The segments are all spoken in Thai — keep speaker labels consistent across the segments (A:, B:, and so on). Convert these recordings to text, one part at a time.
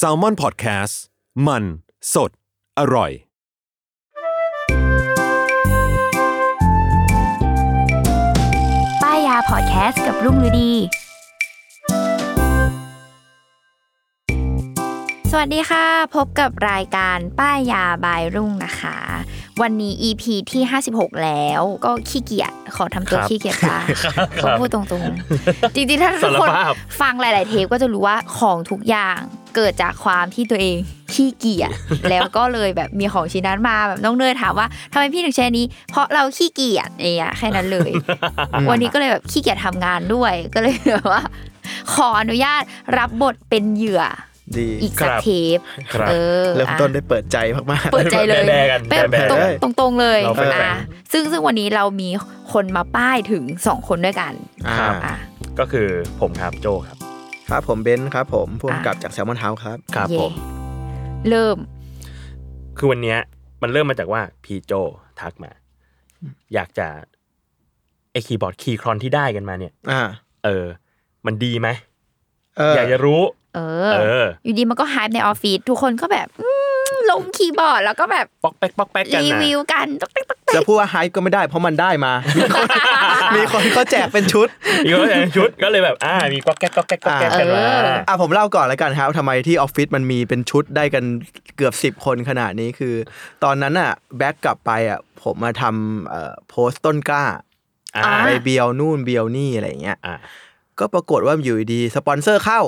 A: s a l m o n PODCAST มันสดอร่อย
B: ป้ายยาพอดแคสต์กับรุ่งฤดี สวัสดีค่ะ พบกับรายการป้ายยาบายรุ่งนะคะ วันนี้ EP ที่ 56 แล้วก็ขี้เกียจขอทำตัว
C: ครับ
B: ขี้เกียจจ้า
C: ครับ
B: ขอพูดตรงๆ จริงๆ ถ้าทุกคน
C: สารภาพ
B: ฟังหลาย ๆ เทปก็จะรู้ว่าของทุกอย่างเกิดจากความที่ตัวเองขี้เกียจ แล้วก็เลยแบบมีของชิ้นนั้นมาแบบน้องเนยถามว่าทำไมพี่ถึงใช้อันนี้ เพราะเราขี้เกียจเองยแค่นั้นเลย วันนี้ก็เลยแบบขี้เกียจทำงานด้วยก็เลยแบบว่า ขออนุญาตรับบทเป็นเหยื่อ
D: ดี
B: อีกสัก
C: ครับ
B: เทป
C: ครับ
B: เออ
D: เริ่มต้น
B: อ่ะ
D: ได้เปิดใจมาก
B: เปิดใจเลย
C: แบร์กัน
B: แบบ
C: แบร์
B: ตรง
D: ได้
B: ตรงตรงๆเลย
C: เราแบร์
B: อ่ะซึ่งซึ่งวันนี้เรามีคนมาป้ายถึงสองคนด้วยกัน
D: อ่า
B: อ่ะ
C: ก็คือผมครับโจครับ
D: ๆ ครับผมเบนซ์ครับผมผู้
B: อ่ะ
D: กำกับจากแซลมอนเฮาส์ครับ
C: ครับ
B: เย่
C: ผม
B: เริ่ม
C: คือวันเนี้ยมันเริ่มมาจากว่าพี่โจทักมา อยากจะไอคีย์บอร์ดคีย์ครอนที่ได้กันมาเนี่ย
D: อ่า
C: เออ มันดีไหม
D: เอออย
C: อากจะรู้
B: เอ
C: เอ
B: อ
C: อ
B: อยู่ดีมันก็หายไปในออฟฟิศทุกคนก็แบบอืมลงคีย์บอร์ดแล้วก็แบบ
C: ป๊อกแป๊กป๊อกแป๊กกัน
B: รี
C: นะ
B: วิวกันต๊อกแต๊กต๊อกแต๊ก
D: จะพูดว่าไฮก็ไม่ได้เพราะมันได้มา มีคน มีคนก็แจกเป็นชุด
C: อีกคนแต่งชุดก็เลยแบบอ่ามีป๊อกแก๊กป๊อกแก๊กป๊อกแก๊กกันมา
D: อ่ะผมเล่าก่อนแล้วกันครับทำไมที่ออฟฟิศมันมีเป็นชุดได้กันเกือบ 10 คนขนาดนี้คือ ตอนนั้นอ่ะแบ็กกลับไปอ่ะผมมาทำเอ่อโพสต์ต้นกล้า
C: อ่า
D: ไปเบียวนู่นเบียวนี่อะไรอย่างเงี้ย
C: อ่า
D: ก็ปรากฏว่าอยู่ดีๆสปอนเซอร์เข้า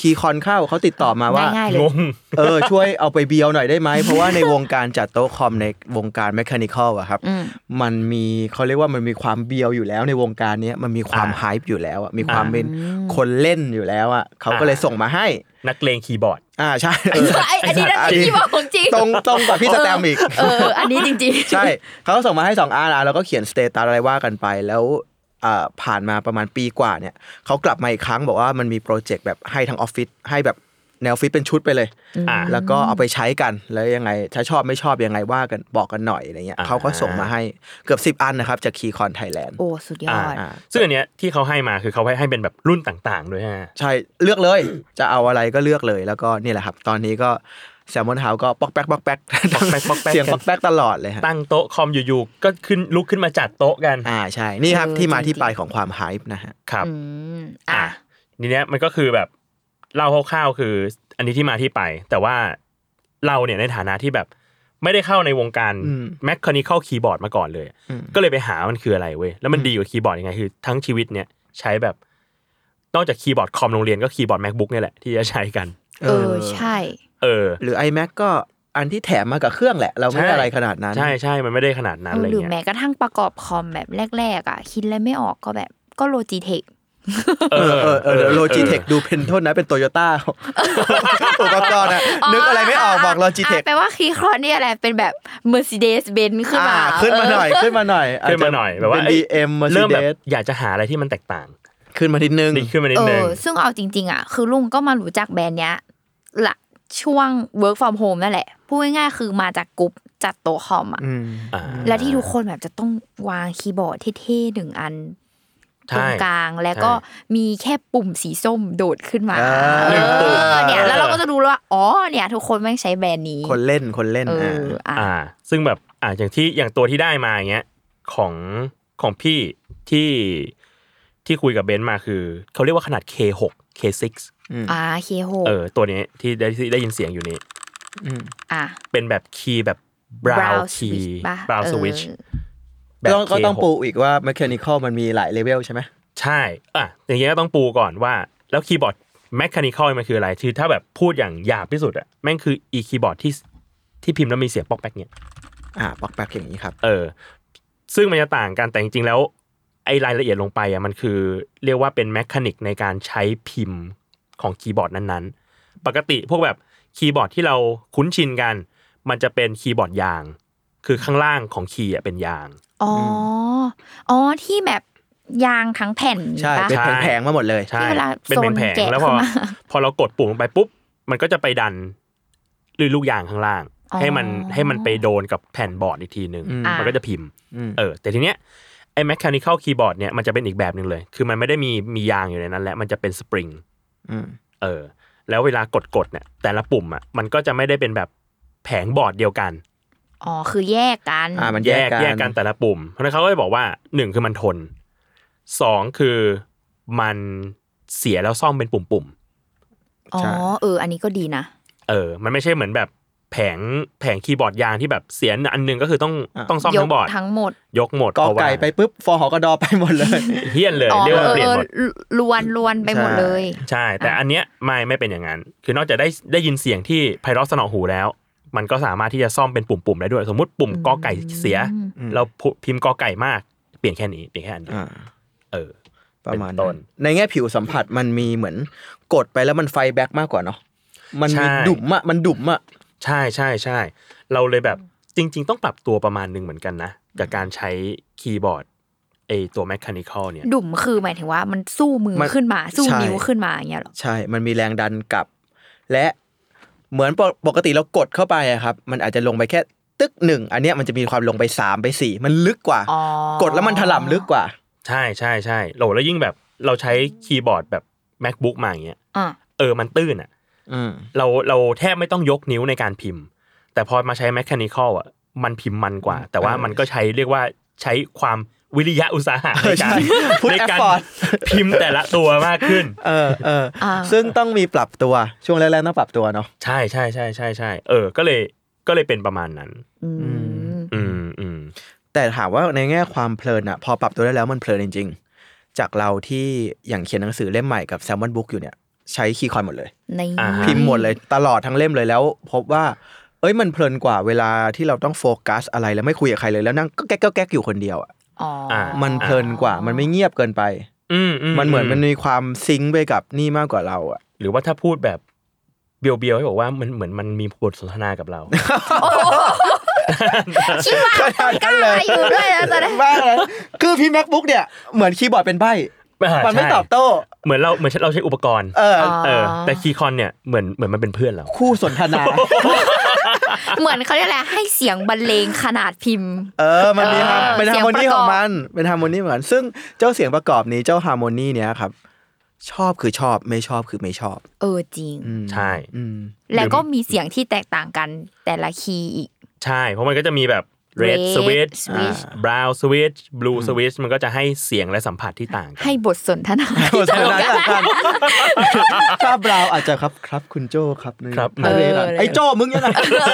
D: คีย์คอนเข้าเขาติดต่อมาว่า
B: ง่ายๆเล
C: ง
B: ย
C: ง
D: เออช่วยเอาไปเบียวหน่อยได้ไหม เพราะว่าในวงการจัดโต๊ะคอมในวงการแมคานิคอลอะครับ
B: อืม
D: มันมีเขาเรียกว่ามันมีความเบียวอยู่แล้วในวงการเนี้ยมันมีความ
C: อ่า
D: ไฮป์อยู่แล้วอะมีความ
C: อ่า
D: เป็นคนเล่นอยู่แล้วอะเขาก็เลย
C: อ่า
D: ส่งมาให้
C: นักเลงคีย์บอร์ด
D: อ่าใช่เออ
B: ไอ้อันนี้นะคีย์บอร์ดของจริง
D: ตรงตรงกับพี่สแตมป์อีก
B: เออ อันนี้จริงๆ
D: ใช่เขาก็ส่งมาให้สองอันอ่ะเราก็เขียนสเตตัสอะไรว่ากันไปแล้วอ่าผ่านมาประมาณปีกว่าเนี่ยเขากลับมาอีกครั้งบอกว่ามันมีโปรเจกต์แบบให้ทั้งออฟฟิศให้แบบแนวฟิตเป็นชุดไปเลย
C: อ่า
D: แล้วก็เอาไปใช้กันแล้วยังไง ถ้าชอบไม่ชอบยังไงว่ากันบอกกันหน่อยอะไรเงี้ย
C: อ่า
D: เขาก็ส่งมาให้เกือบ 10 อันนะครับ จากคีคอนไทยแลนด์
B: โอ้ สุดยอด
D: อ่า
C: ซึ่งอันเนี้ยที่เขาให้มาคือเขาให้เป็นแบบรุ่นต่างๆด้วยฮะ
D: ใช่เลือกเลย จะเอาอะไรก็เลือกเลยแล้วก็นี่แหละครับ ตอนนี้ก็แซมมอนเฮาก็ป๊อกแป๊กป๊อกแป๊ก
C: ป๊อกแป๊กป๊อกแป๊ก
D: เสียงป๊อกแป๊กตลอดเลยฮะ
C: ตั้งโต๊ะคอมอยู่ๆก็ขึ้นลุกขึ้นมาจัดโต๊ะกัน
D: อ่าใช่นี่ครับ
B: เออ
D: ที่มา
B: จริงๆ
D: ที่ไปของความไฮป์นะฮะ
C: ครับ
B: อืม อ่ะ
C: ทีเนี้ยมันก็คือแบบเล่าคร่าวๆคือ อันนี้ที่มาที่ไป แต่ว่าเราเนี่ยในฐานะที่แบบไม่ได้เข้าในวงการแมคคานิคอลคีย์บอร์ดมาก่อนเลย
D: อืม
C: ก็เลยไปหามันคืออะไรเว้ยแล้วมันดีกว่าคีย์บอร์ดยังไงคือ ทั้งชีวิตเนี่ยใช้แบบนอกจากคีย์บอร์ดคอมโรงเรียนก็คีย์บอร์ด macbook เนี่ยแหละที่จะใช้กัน
B: เออ ใช่
C: เออ
D: หรือ iMac ก็อันที่แถมมากับเครื่องแหละ เราไม่
C: ใช่
D: ได้อะไรขนาดนั้น
C: ใช่ใช่มันไม่ได้ขนาดนั้นอะไร
B: หรือ
C: เงี้
B: แม้
C: ย
B: กระทั่งประกอบคอมแบบแรก ๆ อ่ะ คิดอะไรไม่ออกก็แบบ ก็โลจิเทค
D: เออเออเออโลจิเทคดูเป็นโทษนะเป็นโตโยต้าอุปกรณ์อะนึกอะไรไม่ออกบอกโลจิเทค
B: แปลว่าคีย์ครอนเนี่ยแหละเป็นแบบ Mercedes Benz ขึ้นมา
D: อ่าขึ้นมาหน่อยขึ้นมาหน่อย
C: ขึ้นมาหน่อยแบบว่า
D: เป็น
C: เอ้ย
D: DM
C: เริ่มแบบ
D: Mercedes
C: อยากจะหาอะไรที่มันแตกต่าง
D: ขึ้นมาทีนึง
C: ดีขึ้นมานิ
B: เอ
C: ดนึง
B: อ ซึ่งเอาจริง ๆ อ่ะ คือลุงก็มารู้จักแบรนด์เนี้ยหละช่วง work from home นั่นแหละ พูดง่ายๆคือมาจากกลุ่มจัดโต๊ะคอมอ่ะ
D: อืม
C: อ่า
B: และที่ทุกคนแบบจะต้องวางคีย์บอร์ดเท่ๆหนึ่งอันตร
C: ใช่
B: งกลางแล้วก็
C: ใช่
B: มีแค่ปุ่มสีส้มโดดขึ้นมา
D: อ่า
B: เออเนี่ย
C: เออ
B: แล้วเราก็จะรู้แล้วว่าอ๋อเนี่ยทุกคนแม่งใช้แบรนด์นี้
D: คนเล่นคนเล่น
B: เออ
D: อ่า
B: อ่ะ
C: อ่า ซึ่งแบบอ่าอย่างที่อย่างตัวที่ได้มาอย่างเงี้ยของของพี่ที่ที่คุยกับเบนซ์มาคือ เขาเรียกว่าขนาด K6 K6
B: อ่าเคโฮ
C: เออ ตัวนี้ที่ได้ที่ได้ยินเสียงอยู่นี้
D: อืม
B: อ่ะ
C: เป็นแบบคีย์แบบ brown
B: Brown
C: key
B: switch ป่ะ
C: brown
B: เออ
C: switch แบบ
D: ต้องก็ต้อง
C: K6
D: ปูอีกว่า mechanical มันมีหลายเลเวลใช่ไหม
C: ใช่ อ่ะ อย่างเงี้ยก็ต้องปูก่อนว่า แล้วคีย์บอร์ดแม h ค n นิคอ l มันคืออะไร คือถ้าแบบพูดอย่างหยาบที่สุดอะแม่งคืออีคีย์บอร์ดที่ที่พิมพ์แล้วมีเสียงป๊อกแป๊กเนี่ย
D: อ่าปอกแป๊กอย่างนี้ครับ
C: เออ ซึ่งมันจะต่างกันแต่จริงๆ แล้ว ไอ้รายละเอียดลงไปอ่ะมันคือ เรียกว่าเป็นแมคานิกในการใช้พิมพ์ ของคีย์บอร์ดนั้นๆ ปกติพวกแบบคีย์บอร์ดที่เราคุ้นชินกัน มันจะเป็นคีย์บอร์ดยาง คือข้างล่างของคีย์อะเป็นยาง
B: อ๋อ อ๋อที่แบบยางทั้งแผ่น
D: ใช่
B: ปะ
D: เป็นแผงๆมาหมดเลย
C: ใช่
B: ที่เวลา
C: เป็นแผ
B: โซน
C: ง
B: แกะ
C: ๆแล้วพอ
B: เข้ามา
C: พอเรากดปุ่มลงไปปุ๊บ มันก็จะไปดันหรือลูกยางข้างล่าง
B: อ๋อ
C: ให้มันให้มันไปโดนกับแผ่นบอร์ดอีกทีหนึ่ง
D: อืม
C: มันก็จะพิมพ์
D: อืม
C: เออแต่ทีเนี้ยไอ้ mechanical keyboard เนี่ยมันจะเป็นอีกแบบหนึ่งเลย คือมันไม่ได้มีมียางอยู่ในนั้นแล้วมันจะเป็นสปริง
D: อืม
C: เออแล้วเวลากดกดๆเนี่ยแต่ละปุ่มอ่ะมันก็จะไม่ได้เป็นแบบแผงบอร์ดเดียวกัน
B: อ๋อคือแยกกัน
D: อ่ามันแยก
C: แยกกั
D: กัน น
C: แต่ละปุ่ม เพราะฉะนั้นเขาก็จะบอกว่าหนึ่งคือมันทนสองคือมันเสียแล้วซ่อมเป็นปุ่ม
B: อ๋อ
D: ใช่
B: เออ อันนี้ก็ดีนะ
C: ๆเออมันไม่ใช่เหมือนแบบแผงแผงคีย์บอร์ดยางที่แบบเสียอันหนึงก็คือต้อง
D: อ่ะ
C: ต้องซ่อม
B: ยก
C: ทั้งบอร์ด
B: ทั้งหมด
C: ยกหมด
D: กอ
C: เพราะว่า
D: ไก่ไปปุ๊บฟอหอกระดอไปหมดเลย
C: เฮี้ยนเลย
B: อ๋อ
C: เรียกว่า
B: เออ
C: เปลี่ยน
B: เอ
C: หม
B: อ
C: ด
B: ลวนลวนไปหมดเลย
C: ใช่ แต่
B: อ่ะ
C: อันเนี้ยไม่ไม่เป็นอย่างนั้น คือนอกจากได้ได้ยินเสียงที่ไพเราะสนอหูแล้ว มันก็สามารถที่จะซ่อมเป็นปุ่มๆได้ด้วย สมมติปุ่มกอไก่เสีย
D: อืม
C: เราพิมพ์กอไก่มาก เปลี่ยนแค่นี้เปลี่ยนแค่อันเดียว
D: อ่า
C: เออ
D: ประมาณ
C: เป็นต้น
D: ในแง่ผิวสัมผัสมันมีเหมือนกดไปแล้วมันไฟแบ็กมากกว่าเนาะมันมี
C: ใช่
D: ดุมอะมันดุมอะ
C: ใช่ใช่ใช่เราเลยแบบจริง ๆ ต้องปรับตัวประมาณหนึ่งเหมือนกันนะกับการใช้คีย์บอร์ดไอตัวแมคคานิคอลเนี่ย
B: ดุ่มคือหมายถึงว่ามันสู้มือขึ้นมา สู้นิ้วขึ้นมาอย่างเงี้ยเหรอ
D: ใช่ มันมีแรงดันกลับ และเหมือนปกปกติเรากดเข้าไปอะครับ มันอาจจะลงไปแค่ตึกหนึ่งอันเนี้ยมันจะมีความลงไปสามไปสี่มันลึกกว่า
B: อ๋อ
D: กดแล้วมันถล่มลึกกว่า
C: ใช่ใช่ใช่เราแล้วยิ่งแบบเราใช้คีย์บอร์ดแบบ macbook มาอย่างเงี้ย
B: อ่ะ
C: เออมันตื้นอ่ะ
D: อืม
C: เราเราแทบไม่ต้องยกนิ้วในการพิมพ์ แต่พอมาใช้แมค h a นิคอลอ่ะมันพิมพ์มันกว่า แต่ว่ามันก็ใช้เรียกว่าใช้ความวิริยะอุตสาหะในการ
D: พุท
C: ใน
D: แอฟ
C: การ
D: ฟอร์ด
C: พิมพ์แต่ละตัวมากขึ้น
D: เออเออ
B: อ่ะ
D: ซึ่งต้องมีปรับตัวช่วงแรกๆต้องปรับตัวเนาะ
C: ใช่ใช่ใช่ใช่ใช่เออ ก็เลยก็เลยเป็นประมาณนั้น
B: อืม
C: อืมอืม
D: แต่ถามว่าในแง่ความเพลินอะพอปรับตัวได้แล้วมันเพลินจริงๆ จากเราที่อย่างเขียนหนังสือเล่มใหม่กับแซมมอนบุ๊กอยู่เนี่ยใช้คีย์คอนหมดเลย
B: ใน
C: า
D: พิมพ์หมดเลยตลอดทั้งเล่มเลยแล้ว พบว่า เอ้ยมันเพลินกว่าเวลาที่เราต้องโฟกัสอะไรแล้วไม่คุยกับใครเลยแล้วนั่งก็แก๊กก็แก๊กอยู่คนเดียวอะ
B: อ๋ออ
C: อ่า
D: มันเพลินกว่ามันไม่เงียบเกินไป
C: อืมอื
D: มันเหมือนมันมีความซิงค์ไปกับนี่มากกว่าเราอะ
C: หรือว่าถ้าพูดแบบเบียวเบียวๆให้บอกว่ามันเหมือนมันมีบทสนทนากับเรา
B: คิดว่าคนกล้าอยู่ด้วยนะตอน นี้
D: บ้าเลยคือพี่ macbook เนี่ยเหมือนคีย์บอร์ดเป็นใบ มันไม่ตอบโต้
C: เหมือนเราเหมือนเราใช้อุปกรณ์
D: เออ
C: เออ แต่คีย์คอนเนี่ยเหมือนเหมือนมันเป็นเพื่อนเรา
D: คู่สนทนา
B: เหมือนเขาเรียกอะไรให้เสียงบรรเลงขนาดพิมพ์
D: เออ มันมีฮะ
B: เออ
D: เป็น
B: เสี
D: ฮาย
B: ง
D: ร์
B: ป
D: โม
B: ระกอบ
D: นีของมัน เป็นฮาร์โมนีเหมือน ซึ่งเจ้าเสียงประกอบนี้ เจ้าฮาร์โมนีเนี้ยครับ ชอบคือชอบ ไม่ชอบคือไม่ชอบ
B: เออจริง
D: อืม
C: ใช่
D: อืม
B: แล้วก็มีเสียงที่แตกต่างกันแต่ละคีย์อีก
C: ใช่ เพราะมันก็จะมีแบบ red
B: Red
C: switch
B: switch
C: brown switch blue switch มันก็จะให้เสียงและสัมผัสที่ต่าง กั
B: ให้
C: น
B: บทสนทนา
D: โฆษณาต่างๆถ้าบราวอาจจะครับครับคุณโจครับนี่
C: ครับ
D: อะไรนะไอ้โจมึงยังไง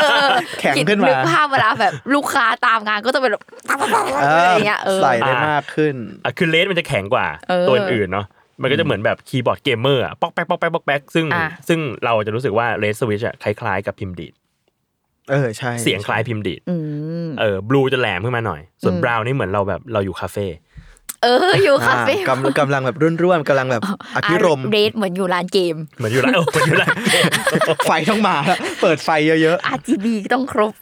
D: แข็งขึ้น
B: คิด
D: มา
B: นึกภาพเวลาแบบลูกค้าตามงานก็จะเป็นแบบ
D: เอ
B: อะ
D: อ
B: ไรเงี้ยเออ
D: ใส่ได้มากขึ้น
C: อ่ะคือ red มันจะแข็งกว่า
B: เออ
C: ตัวอื่นๆเนาะ มันก็จะเหมือนแบบคีย์บอร์ดเกมเมอร์อะป๊อกแป๊กป๊อกแป๊กป๊อกแป๊กซึ่ง
B: อ่ะ
C: ซึ่งเราจะรู้สึกว่า red switch อะคล้ายๆกับพิมพ์ดีด
D: เออใช่
C: เสียงคล้ายพิมพ์ดีด
B: อืม
C: เออ blue จะแหลมขึ้นมาหน่อย ส่วน brown นี่เหมือนเราแบบเราอยู่คาเฟ่
B: เอออยู่
D: อ่า
B: คาเฟ่
D: กำลังกำลังแบบรุ่นๆกำลังแบบอภิรมย์
B: เรดเหมือนอยู่ร้านเกม
C: เหมือนอยู่ ร้านเออเหมือนอยู่ร้านเกม
D: ไฟต้องมา เปิดไฟเยอะ
B: RGB ต้องครบ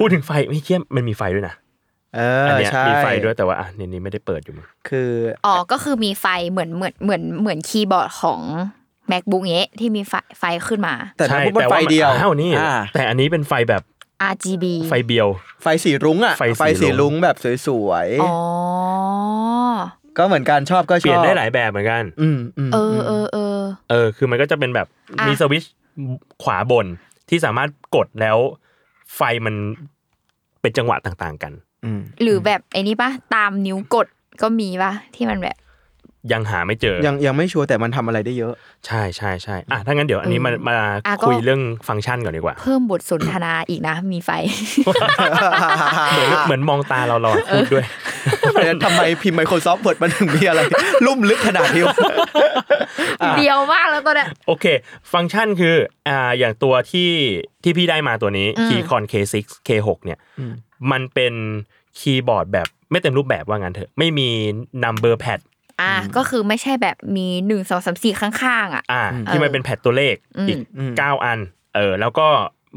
C: พูดถึงไฟไม่เคี้ยมมันมีไฟด้วยนะ
D: ๆ เอ
C: อั
D: อน
C: เนี้ย
D: ใช่
C: มีไฟด้วยแต่ว่าอ่ะเนี่ยนี่ไม่ได้เปิดอยู่มั้ง
D: คือ
B: อ๋อ ก็คือมีไฟเหมือนเหมือนเหมือนเหมือนคีย์บอร์ดของ macbook เงี้ยที่มีไฟไฟขึ้นมา
D: แต่
C: ใช่
D: ถ้าพูดว่า
C: แต่
D: ไฟ
C: ว่ามัน
D: เดียว
C: อ้าวนี่
D: อ่า
C: แต่อันนี้เป็นไฟแบบ
B: RGB
C: ไฟเบียว
D: ไฟสีรุ้งอะ
C: ไฟสีรุ้ง
D: ไฟสีรุ้งแบบสวย
B: อ๋อ
D: ๆ ก็เหมือนการชอบก็ชอบ
C: เปลี่ยนได้หลายแบบเหมือนกัน
D: อืมอืม
B: เออเออเออ
C: เออคือมันก็จะเป็นแบบ
B: อ่ะ
C: มีสวิตชขวาบนที่สามารถกดแล้ว ไฟมันเป็นจังหวะต่างๆกัน
D: อืม
B: หรือแบบไอ้นี่ปะตามนิ้วกดก็มีปะที่มันแบบ
C: ยังหาไม่เจอ
D: ยังยังไม่ชัวร์แต่มันทำอะไรได้เยอะ
C: ใช่ใช่ใช่อ่ะถ้างั้นเดี๋ยวอันนี้มามา
B: อ่ะก็
C: คุยเรื่องฟังก์ชันก่อนดีกว่า
B: เพิ่มบทสนทนาอีกนะ มีไฟ
C: เหมือนเหมือนมองตาเราเราพูดด้วย
D: ทำไมพิมพ์ Microsoft Word มันถึงมี อะไร ลุ่มลึกขนาดนี้วะ
B: เดียวมากแล้วตอนเนี้ย
C: โอเค ฟังก์ชันคืออ่าอย่างตัวที่ที่พี่ได้มาตัวนี้ Keycon K6 K6 เนี่ย มันเป็นคีย์บอร์ดแบบไม่เต็มรูปแบบว่างั้นเถอะ ไม่มี number pad
B: อ่ะก็คือไม่ใช่แบบมีหนึ่งสองสามสี่ข้างๆอ่ะ
C: อ่า
D: อืม
C: ที่มันเป็นแผ่นตัวเลข
B: อืม
C: อีก
D: อืม
C: เก้าอัน เออ แล้วก็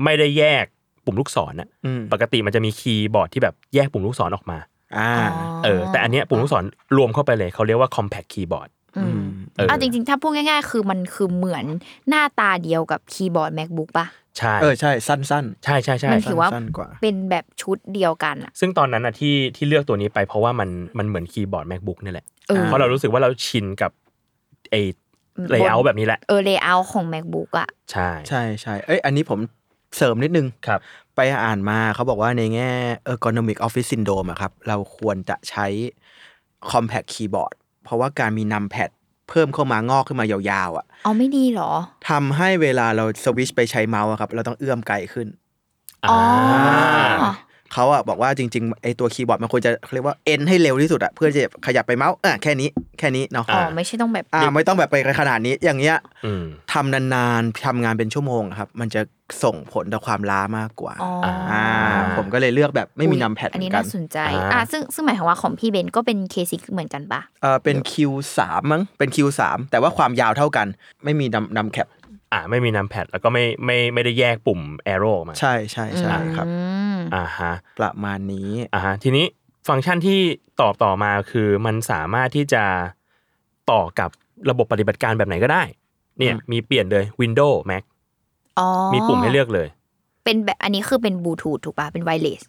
C: ไม่ได้แยกปุ่มลูกศรนะ
D: อืม
C: ปกติมันจะมีคีย์บอร์ดที่แบบแยกปุ่มลูกศรออกมา
D: อ่า
C: เออ แต่อันเนี้ยปุ่มลูกศรรวมเข้าไปเลยเขาเรียกว่า compact keyboard
B: อืม
D: ม
C: เออ
B: เอาจริงๆ ถ้าพูดง่ายๆ คือมันคือเหมือนหน้าตาเดียวกับคีย์บอร์ด macbook ป่ะ
C: ใช่
D: เออใช่สั้น
C: ใช่ใช่ใช่
B: มันถือว่า
D: สั้นกว่า
B: เป็นแบบชุดเดียวกันอ่ะ
C: ซึ่งตอนนั้นอะที่ที่เลือกตัวนี้ไปเพราะว่ามันมันเหมือนคีย์บอร์ด macbook นี่แหละ
B: เออ
C: เพราะเรารู้สึกว่าเราชินกับไอ้ layout แบบนี้แหละ
B: เออ layout ของ macbook อ่ะ
C: ใช่
D: ใช่ใช่เอ้ยอันนี้ผมเสริมนิดนึง
C: ครับ
D: ไปอ่านมาเขาบอกว่าในแง่ ergonomic office syndrome อะครับ เราควรจะใช้ compact keyboard เพราะว่าการมีนัมแพดเพิ่มเข้ามางอกขึ้นมายาวๆอะ
B: เอาไม่ดีเหรอ
D: ทำให้เวลาเราสวิชไปใช้เมาส์อะครับ เราต้องเอื้อมไกลขึ้น
B: อ๋อ
D: เขาอะบอกว่าจริงๆไอตัวคีย์บอร์ดมันควรจะเรียกว่าเอ็นให้เร็วที่สุดอะเพื่อจะขยับไปเมาส์อ่ะแค่นี้แค่นี้เนาะ
B: อ๋อ ไม่ใช่ต้องแบบ
D: อ่าไม่ต้องแบบไปขนาดนี้อย่างเงี้ย
C: อืม
D: ทำนานๆทำงานเป็นชั่วโมงอะครับ มันจะส่งผลต่อความล้ามากกว่า
B: อ๋ออ
D: อ่าผมก็เลยเลือกแบบไม่มี
B: อุ๊ย
D: นัมแพดเห
B: อัน
D: มือ
B: นี้
D: นกั
B: น่าน สนใจ
C: อ่า
B: อ่า ซึ่งซึ่งหมายความว่าของพี่เบนก็เป็นเคซิกเหมือนกันปะ
D: เออเป็น Q3 มั้งเป็น Q3 แต่ว่าความยาวเท่ากัน ไม่มีนัมนัมแคป
C: อ่าไม่มีนัมแพดแล้วก็ไม่ไม่ไม่ได้แยกปุ่ม arrow ออกมา
D: ใช่ใช่ใช่ครับ
B: อืม
C: อ่าฮะ
D: ประมาณนี้
C: อ่าฮะทีนี้ฟังก์ชันที่ตอบต่อมาคือมันสามารถที่จะต่อกับระบบปฏิบัติการแบบไหนก็ได้ เนี่ย
D: อืม
C: มีเปลี่ยนเลย Windows Mac
B: อ๋อ
C: มีปุ่มให้เลือกเลย
B: เป็นแบบอันนี้คือเป็นบลูทูธถูกปะเป็นไวเลส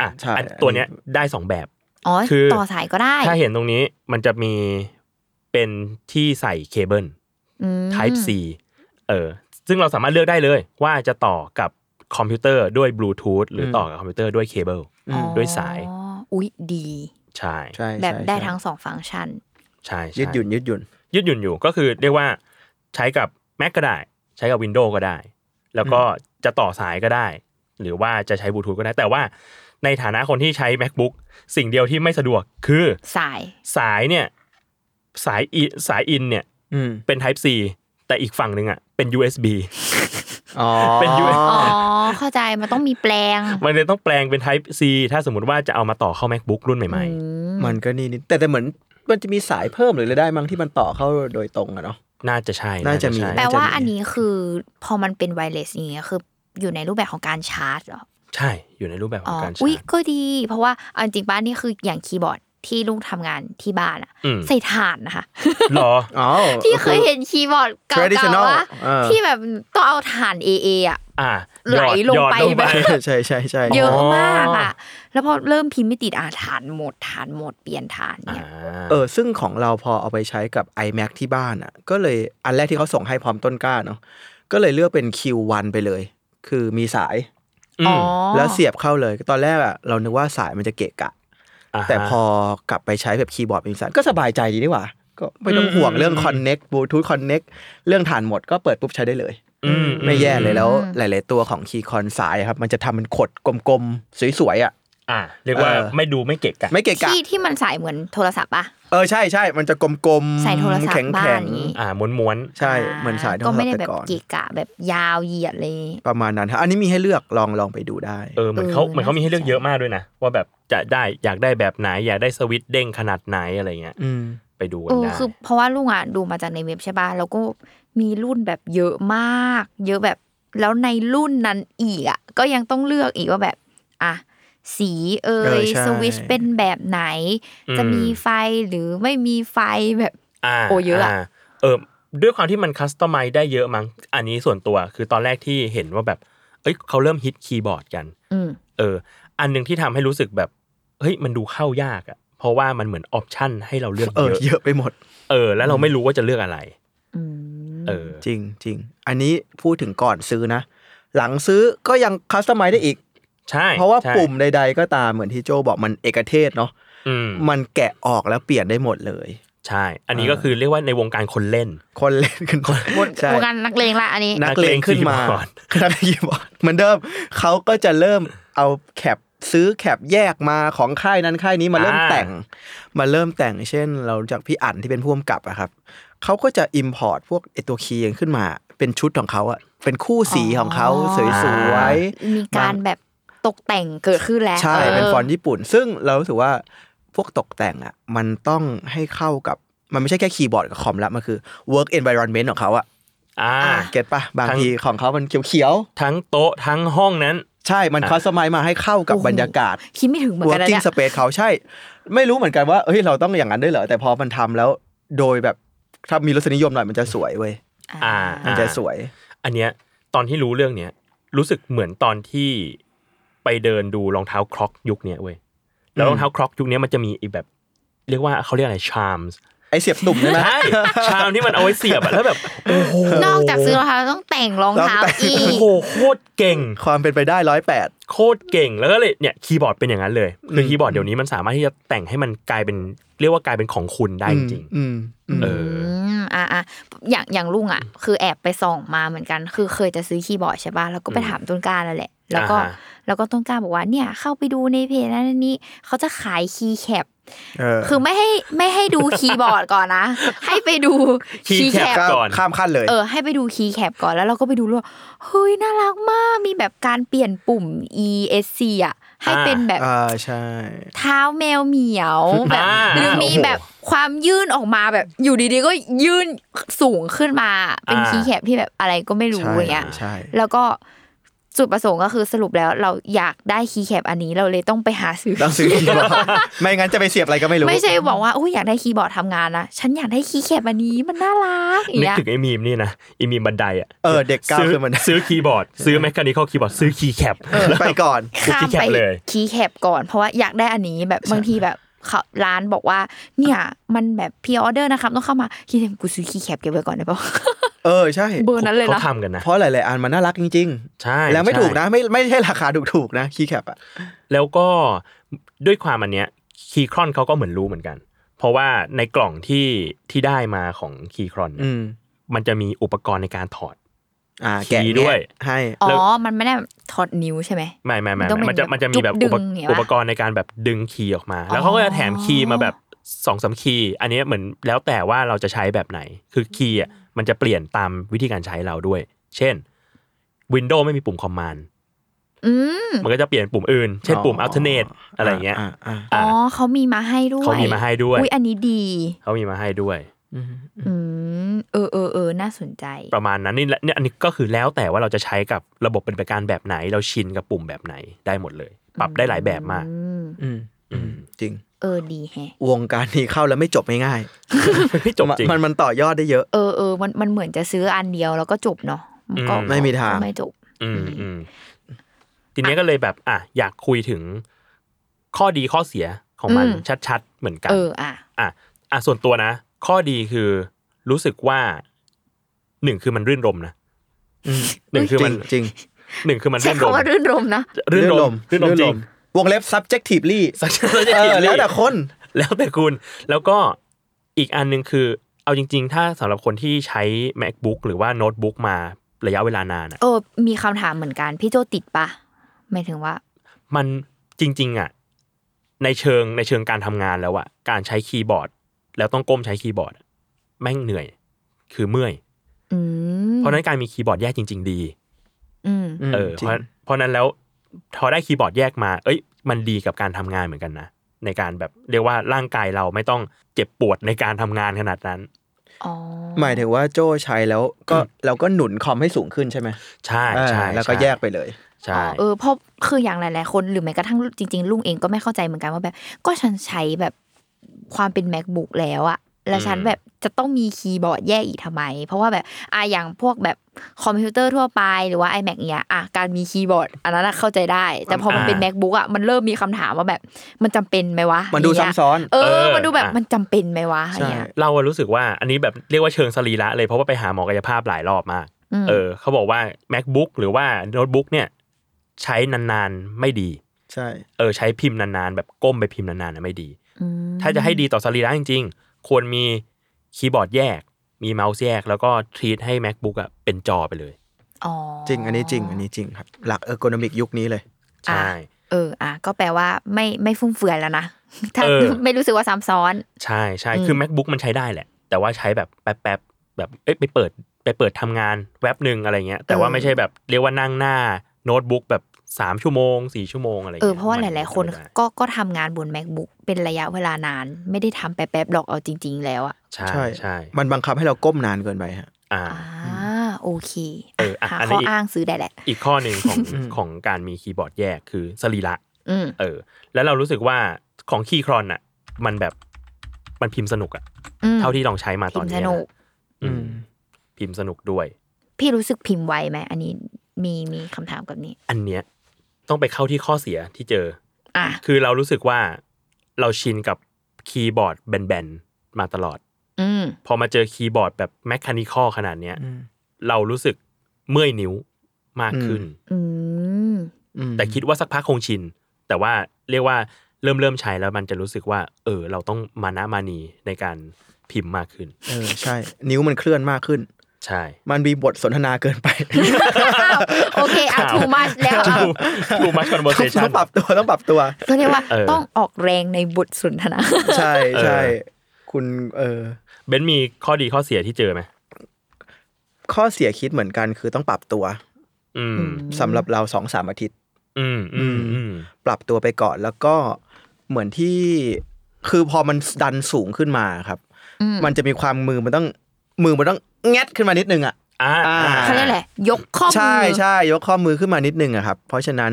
C: อ่ะ
D: ใช่
C: อันตัวเนี้ยได้สองแบบ
B: อ๋อ
C: คือ
B: ต่อสายก็ได้
C: ถ้าเห็นตรงนี้มันจะมีเป็นที่ใส่เคเบิล
B: อืม
C: Type C เออซึ่งเราสามารถเลือกได้เลย ว่าจะต่อกับคอมพิวเตอร์ด้วยบลูทูธหรืออ
D: ม
C: ต่อกับคอมพิวเตอร์ด้วยเคเบิล
B: อ๋อ
C: ด้วยสาย
B: อุ๊ย ดี
C: ใช่
D: ใช่
B: แบบ
D: ใช่
B: ได้
D: ใช่
B: ทั้งสองฟังก์ชัน
C: ใช่ใช่
D: ยืดหยุ่นยืดหยุ่น
C: ยืดหยุ่นอยู่ก็คือเรียกว่าใช้กับ Mac ก็ได้ ใช้กับ Windows ก็ได้ แล้วก็จะต่อสายก็ได้ หรือว่าจะใช้บลูทูธก็ได้ แต่ว่าในฐานะคนที่ใช้ MacBook สิ่งเดียวที่ไม่สะดวกคือ
B: สาย
C: สายเนี่ยสายอิสายอินเนี่ย
D: อืม
C: เป็น Type C แต่อีกฝั่งหนึ่งอ่ะเป็น USB
D: อ๋อ
C: เป็น USB
B: อ๋อ เข้าใจมันต้องมีแปลง
C: มันเลยต้องแปลงเป็น Type C ถ้าสมมติว่าจะเอามาต่อเข้า MacBook รุ่นใหม่
B: อืม
D: มันก็นี่นิดแต่แต่เหมือนมันจะมีสายเพิ่มหรืออะไรได้มั้งที่มันต่อเข้าโดยตรงอะเนาะ
C: ๆ น่าจะใช่
D: น่าจะมี
C: ใช่
B: แปลว่า
D: จะมี
B: อันนี้คือพอมันเป็นไวเลสอย่างเงี้ยคืออยู่ในรูปแบบของการชาร์จเหรอ
C: ใช่อยู่ในรูปแบบข
B: อ๋
C: อ
B: อง
C: การชา
B: อุ้ย
C: ร์จ
B: ก็ดี เพราะว่าเอาจริงๆบ้านนี่คืออย่างคีย์บอร์ดที่ลูกทำงานที่บ้านอะ
C: อืม
B: ใส่ถ่านนะคะ
C: หรอ
D: อ๋อ
B: ที่เคยเห็นคีย์บอร์ดเก่า
D: traditional
B: ๆว่า
D: เออ
B: ที่แบบต้องเอาถ่าน AA อ่ะ
C: อ่า
B: ไหลลง
C: ยอด
B: ไป
C: ยอด
B: แบบ
D: ใช่ใช่ใช่
B: เยอะ
C: อ๋อ
B: มากอ่ะ แล้วพอเริ่มพิมพ์ไม่ติดอ่ะฐานหมดฐานหมดเปลี่ยนฐาน
C: อ่า
B: เนี่ย
D: เออซึ่งของเราพอเอาไปใช้กับ iMac ที่บ้านอ่ะ ก็เลยอันแรกที่เขาส่งให้พร้อมต้นกล้าเนาะก็เลยเลือกเป็น Q1 ไปเลย คือมีสาย
C: อืม
B: อ๋อ
D: แล้วเสียบเข้าเลย ตอนแรกอ่ะเรานึกว่าสายมันจะเกะกะ
C: าฮะ
D: แต่พอกลับไปใช้แบบคีย์บอร์ดมีสายก็สบายใจดีนี่หว่า ก็ไม่ต้อง
C: อืม
D: ห่วงเรื่อง
C: อืม
D: Connect Bluetooth Connect เรื่องฐานหมดก็เปิดปุ๊บใช้ได้เลย
C: อืม
D: ไม่แย่เลย
C: อืม
D: แล้วหลาย ๆ ตัวของคีย์คอนสายอะครับ มันจะทำเป็นขดกลมๆ สวยๆอ่ะ
C: อ่าเรียกว่า
D: เออ
C: ไม่ดูไม่เกะกะ
D: ไม่เกะกะ
B: ที่ที่มันสายเหมือนโทรศัพท์ป่ะ
D: เออใช่ใช่มันจะกลมๆ
B: ใส่โทรศัพท์
D: แข็ง
B: บ้าน
D: แข็ง
B: อย่างงี้
C: อ่าม้วนม้วน
D: ใช่ เหมือนสายโทร
B: ก็
D: ศัพ
B: ไม่ได้
D: ท์
B: แบบ
D: แต่ก่อน
B: เกะกะแบบยาวเหยียดเลย
D: ประมาณนั้นครับอันนี้มีให้เลือกลองลองไปดูได้
C: ๆเออเหมือนเขา
B: เออ
C: เหมือนเขามีให้เลือก
B: น่าสนใจ
C: เยอะมากด้วยนะ ว่าแบบจะได้อยากได้แบบไหน อยากได้สวิตช์เด้งขนาดไหนอะไรเงี้ย
D: อืม
C: ไปดูกั
B: เอน อ
C: ได้
B: คือเพราะว่าลุงอ่ะดูมาจากในเว็บใช่ป่ะแล้วก็มีรุ่นแบบเยอะมาก เยอะแบบแล้วในรุ่นนั้นอีกอ่ะก็ยังต้องเลือกอีกว่าแบบอ่ะสีเอ่
D: เออย ใช่
B: สวิตชเป็นแบบไหน จะมีไฟหรือไม่มีไฟแบบ
C: อ่า
B: โอ้เยอะอะ
C: าเออด้วยความที่มันคัสตอมไมได้เยอะมั้งอันนี้ส่วนตัวคือตอนแรกที่เห็นว่าแบบเอ้ยเขาเริ่มฮิตคีย์บอร์ดกัน
B: อืม
C: เออ อันหนึ่งที่ทำให้รู้สึกแบบเฮ้ยมันดูเข้ายากอะเพราะว่ามันเหมือนออปชันให้เราเลือก
D: เออ
C: เยอะ
D: เยอะไปหมด
C: เออแล้วเราไม่รู้ว่าจะเลือกอะไร
B: อืม
C: เออ
D: จริงจริงอันนี้พูดถึงก่อนซื้อนะ หลังซื้อก็ยังคัสตอมไมได้อีก
C: ใช่
D: เพราะว่า
C: ใช่
D: ปุ่มใด ๆ ก็ตามเหมือนที่โจบอกมันเอกเทศเนาะ
C: อืม
D: มันแกะออกแล้วเปลี่ยนได้หมดเลย
C: ใช่ อันนี้
D: อ่า
C: ก็คือเรียกว่าในวงการคนเล่น
D: คนเล่นขึ้นมาใช่
B: วงการนักเลงละอันนี้
D: นักเลงขึ้นมา
C: นักเลงคีย์บอร์ด
D: นักเลงคีย์บอร์ดเหมือนเดิมเขาก็จะเริ่มเอาแคปซื้อแคปแยกมาของค่ายนั้นค่ายนี้มาเริ่มแต่ง มาเริ่มแต่งเช่น เราจากพี่อั๋นที่เป็นผู้กำกับอะครับเขาก็จะ import พวกไอตัวคีย์ขึ้นมา เป็นชุดของเขาอะเป็นคู่สีของเขา
B: อ๋
D: ส
B: อ
D: วย
B: มีการแบบตกแต่งเกิดขึ้นแล้ว
D: ๆใช่เป็น
B: ออ
D: ฟอนต์ญี่ปุ่น ซึ่งเรารู้สึกว่าพวกตกแต่งอะมันต้องให้เข้ากับ มันไม่ใช่แค่คีย์บอร์ดกับคอมละมันคือ work environment ของเขาอะ
C: อ่า
D: เก็ตปะบาง
C: ทั้ง
D: ทีของเขามันเขียว
C: ทั้งโต๊ะทั้งห้องนั้น
D: ๆใช่มัน
C: อ่ะ
D: คอสมัยมาให้เข้ากับ
B: โอ้โห
D: บรรยากาศ
B: คิดไม่ถึงเหมือนกันนะ
D: working
B: เนี่ย
D: space เขาใช่ ไม่รู้เหมือนกันว่าเฮ้ยเราต้องอย่างนั้นด้วยเหรอแต่พอมันทำแล้วโดยแบบถ้ามีรสนิยมหน่อยมันจะสวยเว้ย
C: อ่า
D: มันจะสวย
C: อันเนี้ยตอนที่รู้เรื่องเนี้ยรู้สึกเหมือนตอนที่ไปเดินดูรองเท้าครอกยุคเนี้ยเว้ยแล้วรองเท้าครอกยุคเนี้ยมันจะมีไอีแบบ เรียกว่าเขาเรียกอะไรชามส์
D: ไอเสียบตุ่ม ใช่ไหม
C: ใช่ชามที่มันเอาไว้เสียบอะแล้วแบบโอ้โห
B: นอกจากซื้อรองเท้าต้องแต่งรองเท้า
D: ต้องแต่ง
B: อี
C: โอ้
B: ก
C: โหโคตรเก่ง
D: ความเป็นไปได้ร้อยแปด
C: โคตรเก่งแล้วก็เลยเนี่ยคีย์บอร์ดเป็นอย่างนั้นเลยคือ
D: ม
C: คีย์บอร์ดเดี๋ยวนี้มันสามารถที่จะแต่งให้มันกลายเป็นเรียกว่ากลายเป็นของคุณได้จริง
D: อืมอืม
C: เออ
B: มอ่ะอ่ะอย่างอย่างลุงอ่ะ คือแอบไปส่องมาเหมือนกัน คือเคยจะซื้อคีย์บอร์ดใช่ป่ะแล้วก็ไปถามต้นกล้านั่นแหละ แล้วก็
C: อ่าฮะ
B: แล้วก็ต้นกล้าบอกว่าเนี่ยเข้าไปดูในเพจนั้นอันนี้เขาจะขายคีย์แคป
D: เออ
B: คือไม่ให้ไม่ให้ดูคีย์บอร์ดก่อนนะ ให้ไปดู
C: คีย์แคป
B: keycap
C: ก็
D: ข้าม
C: ก่อน
D: ข้ามขั้นเลย
B: เออให้ไปดูคีย์แคปก่อนแล้วเราก็ไปดูแล้วเฮ้ยน่ารักมากมีแบบการเปลี่ยนปุ่ม ESC อ่ะให้เป็นแบบ
D: อ่าใช่
B: เท้าแมวเหมียวแบบ
C: อ่า
B: หรือมี
C: โอ้โห
B: แบบความยื่นออกมาแบบอยู่ดีๆก็ยื่นสูงขึ้นมา เป็น
C: อ่า
B: คีย์แคปที่แบบอะไรก็ไม่รู้
D: ใช่
B: อย่างเงี้ย
D: ใช่
B: แล้วก็จุดประสงค์ก็คือสรุปแล้วเราอยากได้คีย์แคปอันนี้เราเลยต้องไปหาซื้อ
D: ต้องซื้อคีย์บอ ร์ดไม่งั้นจะไปเสียบอะไรก็ไม่รู้
B: ไม่ใช่บอกว่าอุ้ยอยากได้คีย์บอร์ดทำงานนะฉันอยากได้คีย์แคปอันนี้มันน่ารักอย่า
C: ๆ
B: ง
C: นึก
B: เงี้ย
C: ถึงไอ้มีมนี่นะไอ้มีมบันไดอะ
D: เออเด็กก้าว
C: ซื้อ
D: ขึ้นบันได
C: ซื้อคีย์บอร์ด ซื้อแมคคานิคอลคีย์บอร์ดซื้อคีย์แคป
D: ไปก่อน
B: ข้าม
C: คีย์แค
B: ไป
C: ปเลย
B: คีย์แคปก่อน เพราะว่าอยากได้อันนี้แบบบางทีแบบเขาร้านบอกว่า เนี่ยมันแบบพรีออเดอร์นะครับต้องเข้ามาคีย์แคปกูซื้อคีย์แคปเก็บไว้ก่อนได้ปะ
D: เออใช่
B: เบอร์นั้นเลย
C: เขา
B: นะ
C: ทำกันนะ
D: เพราะหลายๆอันมันน่ารักจริง
C: ใช่
D: ๆ แล้วไม่
C: ใช่
D: ถูกนะ ไม่ไม่ใช่ราคาถูกๆนะคีย์แคปอ่ะ
C: แล้วก็ด้วยความอันเนี้ยคีครอนเขาก็เหมือนรู้เหมือนกัน เพราะว่าในกล่องที่ที่ได้มาของคีครอน
D: อื
C: เนี่ย
D: ม
C: มันจะมีอุปกรณ์ในการถอด
D: อ่าแกะ
C: คีย์ด้วย
D: แงะให้
B: อ๋
C: แล้ว
B: อ มันไม่ได้แบบถอดนิ้วใช่ไหม
C: ไม่ไม่ไม่
B: มันต้องเป็น
C: มันจะ
B: แบบ
C: มันจะมีแบบ
B: จุ
C: อุ
B: ก
C: ป
B: ดึงเนี่ย
C: อุปกรณ์ในการแบบดึงคีย์ออกมา แล้วเขาก็จะแถมคีย์มาแบบสองสามคีย์อันเนี้ยเหมือนแล้วแต่ว่าเราจะใช้แบบไหน คือคีย์อ่ะมันจะเปลี่ยนตามวิธีการใช้เราด้วย เช่น Windows ไม่มีปุ่ม Command
B: อืม
C: มันก็จะเปลี่ยนปุ่มอื่น เช่นปุ่ม
D: อ๋อ
C: Alternate อะไรเงี้ย
D: อ่าอ่า
B: อ๋
C: อ่า
B: อเขามีมาให้ด้วย
C: เขามีมาให้ด้วย
B: อุ้ยอันนี้ดี
C: เขามีมาให้ด้วย
D: อืม
B: อืม เออเออเออน่าสนใจ
C: ประมาณนั้นนี่แหละเนี่ยอันนี้ก็คือแล้วแต่ว่าเราจะใช้กับระบบเป็นประการแบบไหน เราชินกับปุ่มแบบไหนได้หมดเลย ปรับได้หลายแบบมาก
B: อืม
D: อืมอืมจริง
B: เออ ดีแฮะ
D: วงการนี้เข้าแล้วไม่จบง่าย
C: ไม่ จบจริง
D: ๆมันมันต่อยอดได้เยอะ
B: เออเออมันมันเหมือนจะซื้ออันเดียวแล้วก็จบเนาะนก็
C: อืม
D: ไม่มีทาง
B: ก็ไม่จบ
C: อืมอืมทีเนี้ยก็เลยแบบ อ่ะอยากคุยถึงข้อดีข้อเสียของมัน
B: อืม
C: ชัดๆ เหมือนกัน
B: เออ อ่ะ
C: อ่ะอ่ะส่วนตัวนะ ข้อดีคือรู้สึกว่าหนึ่งคือมันรื่นรมนะ
D: อืม
C: หนึ่งคือมัน
D: จริง
C: หนึ่งคือมัน
B: ใช้
C: รื่นรม
B: คำว่ารื่นรมนะ
D: ๆ
C: รื่นรมรื่นรมจริง
D: วงเล็บ subjectively
C: สักชั่วโมงจะ
D: เอ
C: ผิด
D: อ
C: หรือ
D: แล้วแต่คน
C: แล้วแต่คุณแล้วก็อีกอันหนึ่งคือ เอาจริง ๆ ถ้าสำหรับคนที่ใช้ macbook หรือว่าโน้ตบุ๊กมาระยะเวลานานอะ
B: เออ มีคำถามเหมือนกัน พี่โจติดปะหมายถึงว่า
C: มันจริง ๆ อ่ะ ในเชิงในเชิงการทำงานแล้วอ่ะการใช้คีย์บอร์ด แล้วต้องก้มใช้คีย์บอร์ดอะแม่งเหนื่อย คือเมื่อย
B: อืม
C: เพราะฉะนั้นการมีคีย์บอร์ดแยกจริง ๆ ดี
B: อืม
C: เออเพราะเพราะฉะนั้นแล้วพอได้คีย์บอร์ดแยกมา เอ้ย มันดีกับการทำงานเหมือนกันนะในการแบบเรียกว่าร่างกายเราไม่ต้องเจ็บปวดในการทำงานขนาดนั้น
B: อ๋อ
D: หมายถึงว่าโจ้ใช้แล้วก็เราก็หนุนคอมให้สูงขึ้นใช่ไหม
C: ใช่ใช่
D: อ่าแล้วก็แยกไปเลย
C: ใช่
B: อ๋อเออเพราะคืออย่างหลาย ๆ คนหรือแม้กระทั่งจริง ๆ ลุงเองก็ไม่เข้าใจเหมือนกันว่าแบบ ก็ฉันใช้แบบความเป็น macbook แล้วอะแล้วฉัน
C: อืม
B: แบบจะต้องมีคีย์บอร์ดแยกอีกทำไม เพราะว่าแบบอ่ะอย่างพวกแบบคอมพิวเตอร์ทั่วไปหรือว่า iMac เนี้ยอ่ะการมีคีย์บอร์ดอันนั้นอะเข้าใจได้ แต่พอมันเป็น macbook อะมันเริ่มมีคำถามว่าแบบมันจำเป็นไหมวะ
D: มันดู
B: ย่าง
D: ซ้ำ
B: เงี้ย
D: ซ้อน
B: เอ
C: เอ
B: อ
C: อ
B: มันดูแบบ
C: อ่ะ
B: มันจำเป็นไหมวะอะไรเงี้ย
C: เราอะรู้สึกว่าอันนี้แบบเรียกว่าเชิงสรีระเลยเพราะว่าไปหาหมอกายภาพหลายรอบมาก
B: อืม
C: เออเขาบอกว่า macbook หรือว่าโน้ตบุ๊กเนี่ยใช้นานๆไม่ดี
D: ใช่
C: เออใช้พิมพ์นานๆ แบบก้มไปพิมพ์นานๆนะไม่ดี
B: ม
C: ถ้าจะให้ดีต่อสรีระจริงๆ ควรมีคีย์บอร์ดแยก มีเมาส์แยก แล้วก็ทรีตให้ macbook อะเป็นจอไปเลย
B: อ๋อ
D: จริง อันนี้จริง อันนี้จริงครับ หลักเออร์โกนมิกยุคนี้เลย
C: ใช่
B: เอออ่ะก็แปลว่าไม่ไม่ฟุ่มเฟือยแล้วนะ ถ้า
C: เออ
B: ไม่รู้สึกว่าซ้ำซ้อน
C: ใช่ใช่
B: อืม
C: คือ macbook มันใช้ได้แหละ แต่ว่าใช้แบบแป๊บๆแบบเอ้ยไปเปิดไปเปิดทำงานแว็บหนึ่งอะไรเงี้ยแต่ว่าไม่ใช่แบบเรียกว่านั่งหน้าโน้ตบุ๊กแบบ สามชั่วโมงสี่ชั่วโมงอะไร
B: เออเพราะว่าหลาย ๆ คน
C: ก็
B: ก็ก็ทำงานบน macbook เป็นระยะเวลานาน ไม่ได้ทำแป๊บๆหรอกเอาจริง ๆ แล้วอะ
C: ใช่ใช่
D: มันบังคับให้เราก้มนานเกินไปฮะ
C: อ่า
B: อ่าโอเค
C: เอออ่ะ
B: หา
C: อัน
B: ข้
C: นี้
B: อ
C: อีก
B: อ้างซื้อได้แหละ
C: อีกข้อหนึ่งของ
D: อืม
C: ของการมีคีย์บอร์ดแยกคือสรีระ
B: อืม
C: เออ แล้วเรารู้สึกว่าของคีย์ครอนอ่ะ มันแบบมันพิมพ์สนุกอ่ะ
B: อืม
C: เท่าที่ลองใช้มาต
B: พิ
C: อน
B: มพ์
C: เนี้
B: ส
C: ย
B: นุ
C: นะ
B: ก
C: อืมพิมพ์สนุกด้วย
B: พี่รู้สึกพิมพ์ไวไหมอันนี้มีมีคำถามกับนี้
C: อันเนี้ยต้องไปเข้าที่ข้อเสียที่เจอ
B: อ่ะ
C: คือเรารู้สึกว่าเราชินกับคีย์บอร์ดแบนๆ มาตลอด
B: อืม
C: พอมาเจอคีย์บอร์ดแบบแมคานิคอลขนาดเนี้ย
D: อืม
C: เรารู้สึกเมื่อยนิ้วมากขึ้น
B: อืม
D: อืม
C: แต่คิดว่าสักพักคงชิน แต่ว่าเรียกว่าเริ่มเริ่มใช้แล้วมันจะรู้สึกว่า เออ เราต้องมานะมานีในการพิมพ์มากขึ้น
D: เออใช่ นิ้วมันเคลื่อนมากขึ้น
C: ใช่
D: มันมีบทสนทนาเกินไป
B: อ้าวโอเคอ่ะทูมัชแล้วเอา
C: ทูมัชคอนเวอร์เซชั
D: ต้
C: น
D: องปรับตัวต้องปรับตัว
B: เขาเรียกว่า
C: เออ
B: ต้องออกแรงในบทสนทนา
D: ใช่ใช่คุณเออ
C: เบนซ์มีข้อดีข้อเสียที่เจอไหม
D: ข้อเสียคิดเหมือนกันคือต้องปรับตัว
C: อืม
D: สำหรับเราสองสามอาทิตย์
C: อืมอืมอืม
D: ปรับตัวไปก่อนแล้วก็เหมือนที่คือพอมันดันสูงขึ้นมาครับ
B: อืม
D: มันจะมีความมือมันต้องมือมันต้องแงดขึ้นมานิดนึงอ่ะ
C: อ่า
D: อ่า
B: เขาเรียกแหละไรยกข้อมื
D: ใช่
B: อ
D: ใช่ยกข้อมือขึ้นมานิดนึงอะครับ เพราะฉะนั้น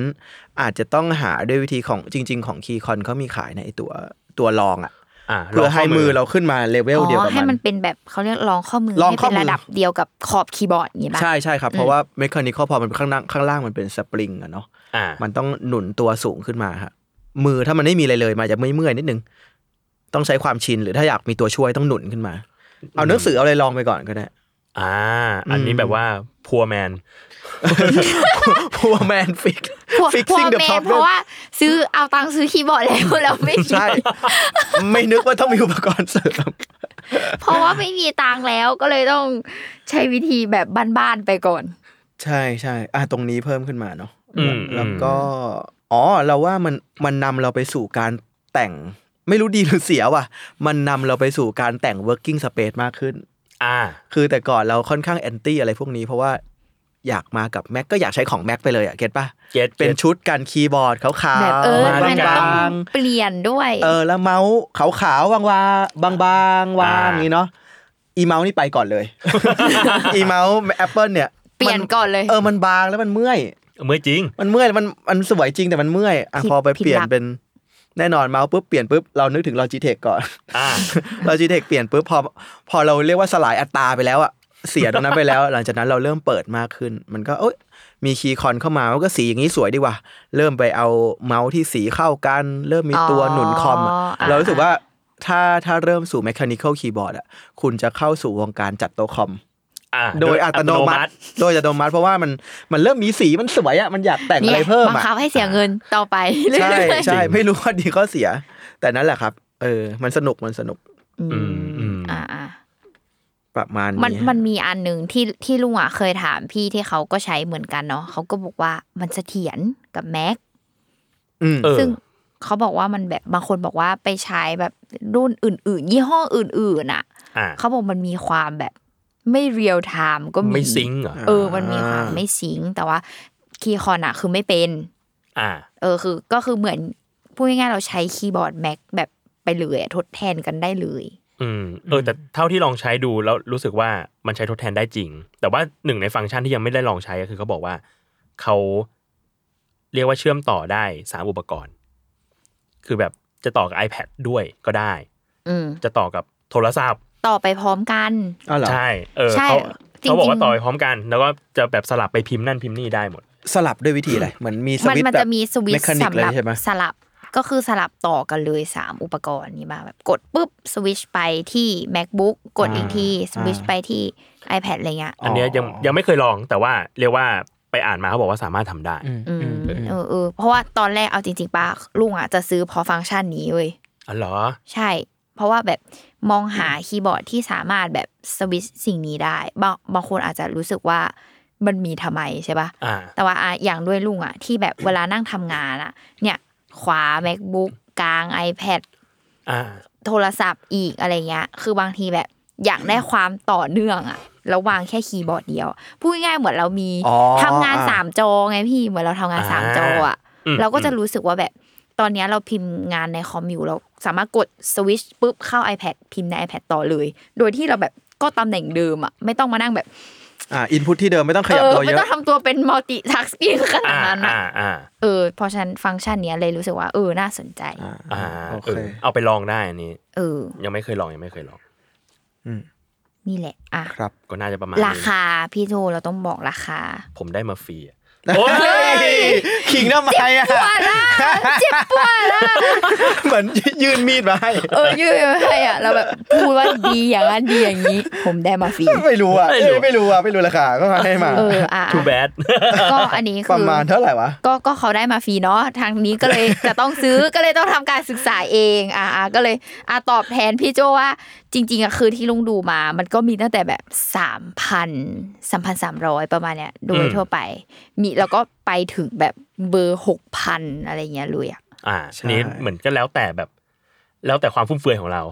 D: อาจจะต้องหาด้วยวิธีของจริง ๆ ของคีคอนเขามีขายในไอ้ตัวตัวรองอ่ะ
C: อ่า
D: เพื่อให้มือเราขึ้นมาเลเวลเดียว
B: อ๋
D: กั
B: อบให้
D: มั
B: มัน นเป็นแบบเขาเรียกรองข้อมือ
D: รอง
B: ให้
D: ข้อ
B: เป็น
D: มือ
B: ระดับเดียวกับขอบคีย์บอร์ดอย่างงี้ป่ะ
D: ใช่ใช่ครับ เพราะว่าเมคานิคอพอมันข้างล่างข้างล่างมันเป็นสปริงอะเนาะ
C: อ่า
D: มันต้องหนุนตัวสูงขึ้นมาฮะมือถ้ามันไม่มีอะไรเลยมันจะเมื่อยๆนิดนึง ต้องใช้ความชินหรือถ้าอยากมีตัวช่วยต้องหนุนขึ้นมา เอาหนังสือเอาอะไรลองไปก่อนก็ได้
C: อ่า อันนี้แบบว่าพัวแมน
D: พัวแมนฟิก
B: พวกพวก
D: fixing the
B: เมน
D: problem
B: เพราะว่าซื้อเอาตังค์ซื้อคีย์บอร์ดแล้ว เราไม่มี
D: ใช่ ไม่นึกว่าต้องมีอุปกรณ์เสริม
B: เพราะว่าไม่มีตังค์แล้วก็เลยต้องใช้วิธีแบบบ้านๆไปก่อน
D: ใช่ใช่อ่ะตรงนี้เพิ่มขึ้นมาเนาะ
C: อืม
D: แล้วก็อ๋อเราว่ามันมันนำเราไปสู่การแต่งไม่รู้ดีหรือเสียว่ะ มันนำเราไปสู่การแต่ง working space มากขึ้น
C: อ่า
D: คือแต่ก่อนเราค่อนข้างแอนตี้อะไรพวกนี้ เพราะว่าอยากมากับแม็กก็อยากใช้ของแม็กไปเลยอะเก็ตปะ
C: เก็ต
D: เป็นชุดกันคีย์บอร์ดขาวๆ
B: แบบเออ
C: มาด้ว
B: มั
C: ย
B: น
C: กัน
B: ต้อง
D: บาง
B: เปลี่ยนด้วย
D: ๆเออแล้วเมาส์ขาวๆวางวาบางๆวางอย่างนี้เนาะอีเมาส์นี่ไปก่อน เลย อีเมาส์แอปเปิลเนี่ย
B: เปลี่ยน
D: มั
B: ก่อนเลย
D: เออมันบางแล้วมันเมื่อย
C: เมื่อจริง
D: มันเมื่อยแล้วมันมันสวยจริงแต่มันเมื่อยอ่ะ
B: ผิด
D: พอไป
B: ผิด
D: เปลี่ยน
B: หลัก
D: เป็นแน่นอนเมาส์ปุ๊บเปลี่ยนปุ๊บเรานึกถึง Logitech ก่อน
C: อ่า
D: Logitech เปลี่ยนปุ๊บพอพอเราเรียกว่าสลายอัตราไปแล้วอะเสียตรงนั้นไปแล้ว หลังจากนั้นเราเริ่มเปิดมากขึ้น มันก็เอ้ยมีคีย์คอนเข้ามามันก็สีอย่างนี้สวยดีว่ะเริ่มไปเอาเมาส์ที่สีเข้ากัน เริ่มมีตัวหนุนคอมอะ
B: อ๋ออ่ะ
D: เรารู้สึกว่าถ้าถ้าเริ่มสู่ mechanical keyboard อะคุณจะเข้าสู่วงการจัดโต๊ะคอม
C: อ่า
D: โดยอัตโนมัติ โดยอัตโนมัติเพราะว่ามันมันเริ่มมีสีมันสวยอะมันอยากแต่ง
B: นี่
D: อะ
B: ย
D: ไรเพิ่ม
B: บัง
D: อะ
B: คับให้เสียเงินต่อไปเรื่
D: ใช่
B: อย
D: ใช่ไม่รู้ว่าดีก็เสีย แต่นั่นแหละครับ เออ มันสนุกมันสนุก
B: ๆอื
C: อืมอืม
B: อ่าอ่า
D: ประมาณนี้
B: มันมันมีอันหนึ่งที่ที่ลุงอ่ะเคยถามพี่ที่เขาก็ใช้เหมือนกันเนาะเขาก็บอกว่ามันเสถียรกับแม็ก
D: อืม
C: เออ
B: ซึ่งเขาบอกว่ามันแบบบางคนบอกว่าไปใช้แบบรุ่นอื่น ๆ ยี่ห้ออื่น ๆ อ่ะ
C: อ่า
B: เขาบอกมันมีความแบบไม่เรียลไทม์ก็มี
C: ไม่ซิงค์เหรอ
B: เออ มันมีความไม่ซิงค์แต่ว่าคีย์คอนอ่ะ คือไม่เป็น
C: อ่า
B: เออคือก็คือเหมือนพูดง่ายๆเราใช้คีย์บอร์ดแม็กแบบไปเลยอะทดแทนกันได้เลย
C: อืมเออแต่เท่าที่ลองใช้ดูแล้วรู้สึกว่ามันใช้ทดแทนได้จริง แต่ว่าหนึ่งในฟังก์ชันที่ยังไม่ได้ลองใช้ก็คือเขาบอกว่าเขาเรียกว่าเชื่อมต่อได้สามอุปกรณ์ คือแบบจะต่อกับ iPad ด้วยก็ได้
B: อืม
C: จะต่อกับโทรศัพท์
B: ต่อไปพร้อมกัน
D: อ๋อเหรอ
C: ใช่เออ
B: ใช่
C: เขา
B: จริงๆ
C: เขาบอกว่าต่อไปพร้อมกัน แล้วก็จะแบบสลับไปพิมพ์นั่นพิมพ์นี่ได้หมด
D: สลับด้วยวิธีอะไรเหมือนมีส
B: มัน
D: วิตช์
B: มัน
D: แบ
B: จะ
D: บ
B: มีสวิต
D: เม
B: ช์
D: คานิก
B: สำห
D: เลย
B: รับ
D: ใช่ไหม
B: สลับก็คือสลับต่อกันเลย 3 อุปกรณ์นี้มาแบบกดปุ๊บสวิตชไปที่ macbook กดอีกทีสวิตชไปที่ iPad อะไรเงี้ย
C: อันเนี้ยยังยังไม่เคยลองแต่ว่าเรียกว่าไปอ่านมาเขาบอกว่าสามารถทำได้
D: อืม
B: อืม
D: อืม
B: เออเออเพราะว่าตอนแรกเอาจริงๆป้าลุงอ่ะจะซื้อเพอฟังก์ชันนี้เว้ย
C: อ๋อเหรอ
B: ใช่ เพราะว่าแบบมองหาคีย์บอร์ดที่สามารถแบบสวิตชสิ่งนี้ได้ บางบางคนอาจจะรู้สึกว่ามันมีทำไมใช่ปะ
C: อ่า
B: แต่ว่าอะอย่างด้วยลุงอะที่แบบเวลานั่งทำงานอะเนี่ยขวา macbook กลาง iPad
C: อ่า
B: โทรศัพท์อีกอะไรเงี้ย คือบางทีแบบอยากได้ความต่อเนื่องอะ เราวางแค่คีย์บอร์ดเดียวพูดง่ายๆเหมือนเรามี
D: อ๋อ
B: ทำงาน
D: อ่า
B: สามจอไงพี่เหมือนเราทำงานสามจออ่ะ
C: อืม
B: เราก็จะรู้สึกว่าแบบตอนเนี้ยเราพิมพ์งานในคอมอยู่เราสามารถกดสวิตชปุ๊บเข้า iPad พิมพ์ใน iPad ต่อเลย โดยที่เราแบบก็ตำแหน่งเดิมอ่ะไม่ต้องมานั่งแบบ
D: อ่าอินพุตที่เดิมไม่ต้องข
B: เอ
D: ยับ
B: อ
D: ตัว
B: ไม่
D: เยอะ
B: ต้องทำตัวเป็นมัลติทัสกิ้งขนาด
C: อ่า
B: นั้นอะ
C: อ่าอ่า
B: เออเพราะฉะนั้นฟังก์ชันเนี้ยเลยรู้สึกว่าเออน่าสนใจ
C: อ่า
D: โอ
C: เอ
D: เค
C: อเอาไปลองได้อันนี้
B: เออ
C: ยังไม่เคยลองยังไม่เคยลอง
B: นี่แหละอ่ะ
D: ครับ
C: ก็น่าจะประมาณ
B: รา
C: นี้
B: คาพี่โทเราต้องบอกราคา
C: ผมได้มาฟรีอะ
D: โอ้ยขิงทำไมอ่ะ
B: ปวดละเจ็บปวดละ
D: เหมือนยื่นมีดมาให้
B: เออยืดไปอ่ะเราแบบพูดว่าดีอย่างนั้นดีอย่างนี้ ผมได้มาฟรี
D: ไม่รู้อ่ะ
C: ไม่
D: เอ้
C: รู้
D: ยไม่รู้อ่ะไม่รู้ราคาก็ให้มา
B: เอออ่ะ
C: too bad
B: ก็อันนี้
D: ป
B: คื
D: ระ
B: อ
D: มาณเท่าไหร่วะ
B: ก็ก็เขาได้มาฟรีเนาะทางนี้ก็เลยจะต้องซื้อ ก็เลยต้องทำการศึกษาเองอ่ะอ่ะก็เลยอ่ะตอบแทนพี่โจว่า จริง ๆอ่ะคือที่ลุงดูมา มันก็มีตั้งแต่แบบสามพันสามพันสามร้อยประมาณเนี้ยโดย
C: อืม
B: ทั่วไป มีแล้วก็ไปถึงแบบเบอร์หกพันอะไรเงี้ยเลยอ่ะ
C: อ่า
D: ใช่
C: อันนี้เหมือนก็แล้วแต่แบบ แล้วแต่ความฟุ่มเฟือยของเรา